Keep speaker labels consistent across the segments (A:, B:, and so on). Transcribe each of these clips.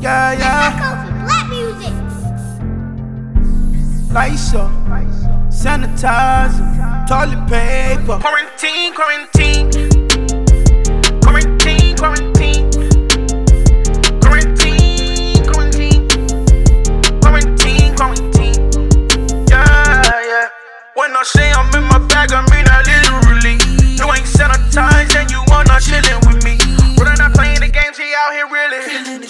A: Yeah, yeah.
B: Go for black music.
A: Lysol, sanitizer, toilet paper.
C: Quarantine, quarantine. Quarantine, quarantine. Quarantine, quarantine. Quarantine, quarantine. Yeah, yeah. When I say I'm in my bag, I mean I literally. You ain't sanitized and you are not chilling with me. We're not playing the games, he out here really.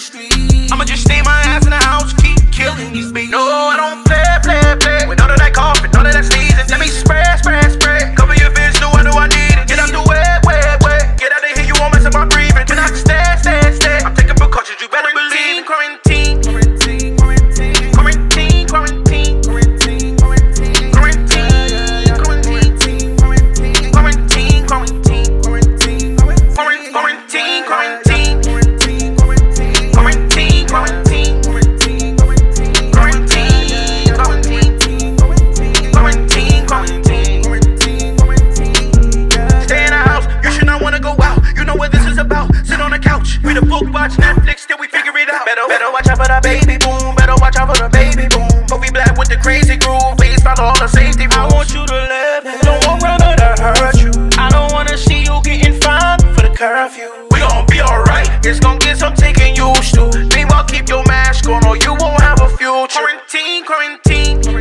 C: I'ma just stay my ass in the house, keep killing these beats. No, I don't play, play, play. With none of that coughing, none of that sneezing. Let me spray, spray, spray. Cover your bitch, do what do I need? It. Get out the way, way, way. Get out of here, you won't mess up my breathing. When I stand, stand, stand, I'm taking precautions, you better believe. it. Quarantine, quarantine, quarantine, quarantine, quarantine, quarantine, quarantine, quarantine, quarantine, quarantine, quarantine, quarantine, quarantine, quarantine. Quarantine, quarantine, quarantine, quarantine, quarantine, quarantine, quarantine, quarantine, Stay in the house, you should not wanna go out. You know what this is about. Sit on the couch, read a book, watch Netflix, till we figure it out. Better, better watch out for the baby boom. Better watch out for the baby boom. But we black with the crazy groove. Please follow all the safety rules. I want you to live. Don't want runner to hurt you. I don't wanna see you getting fined for the curfew. We gon' be alright. It's gon' get some taking used to. Meanwhile, keep your mask on, or you won't have a future. Quarantine, quarantine.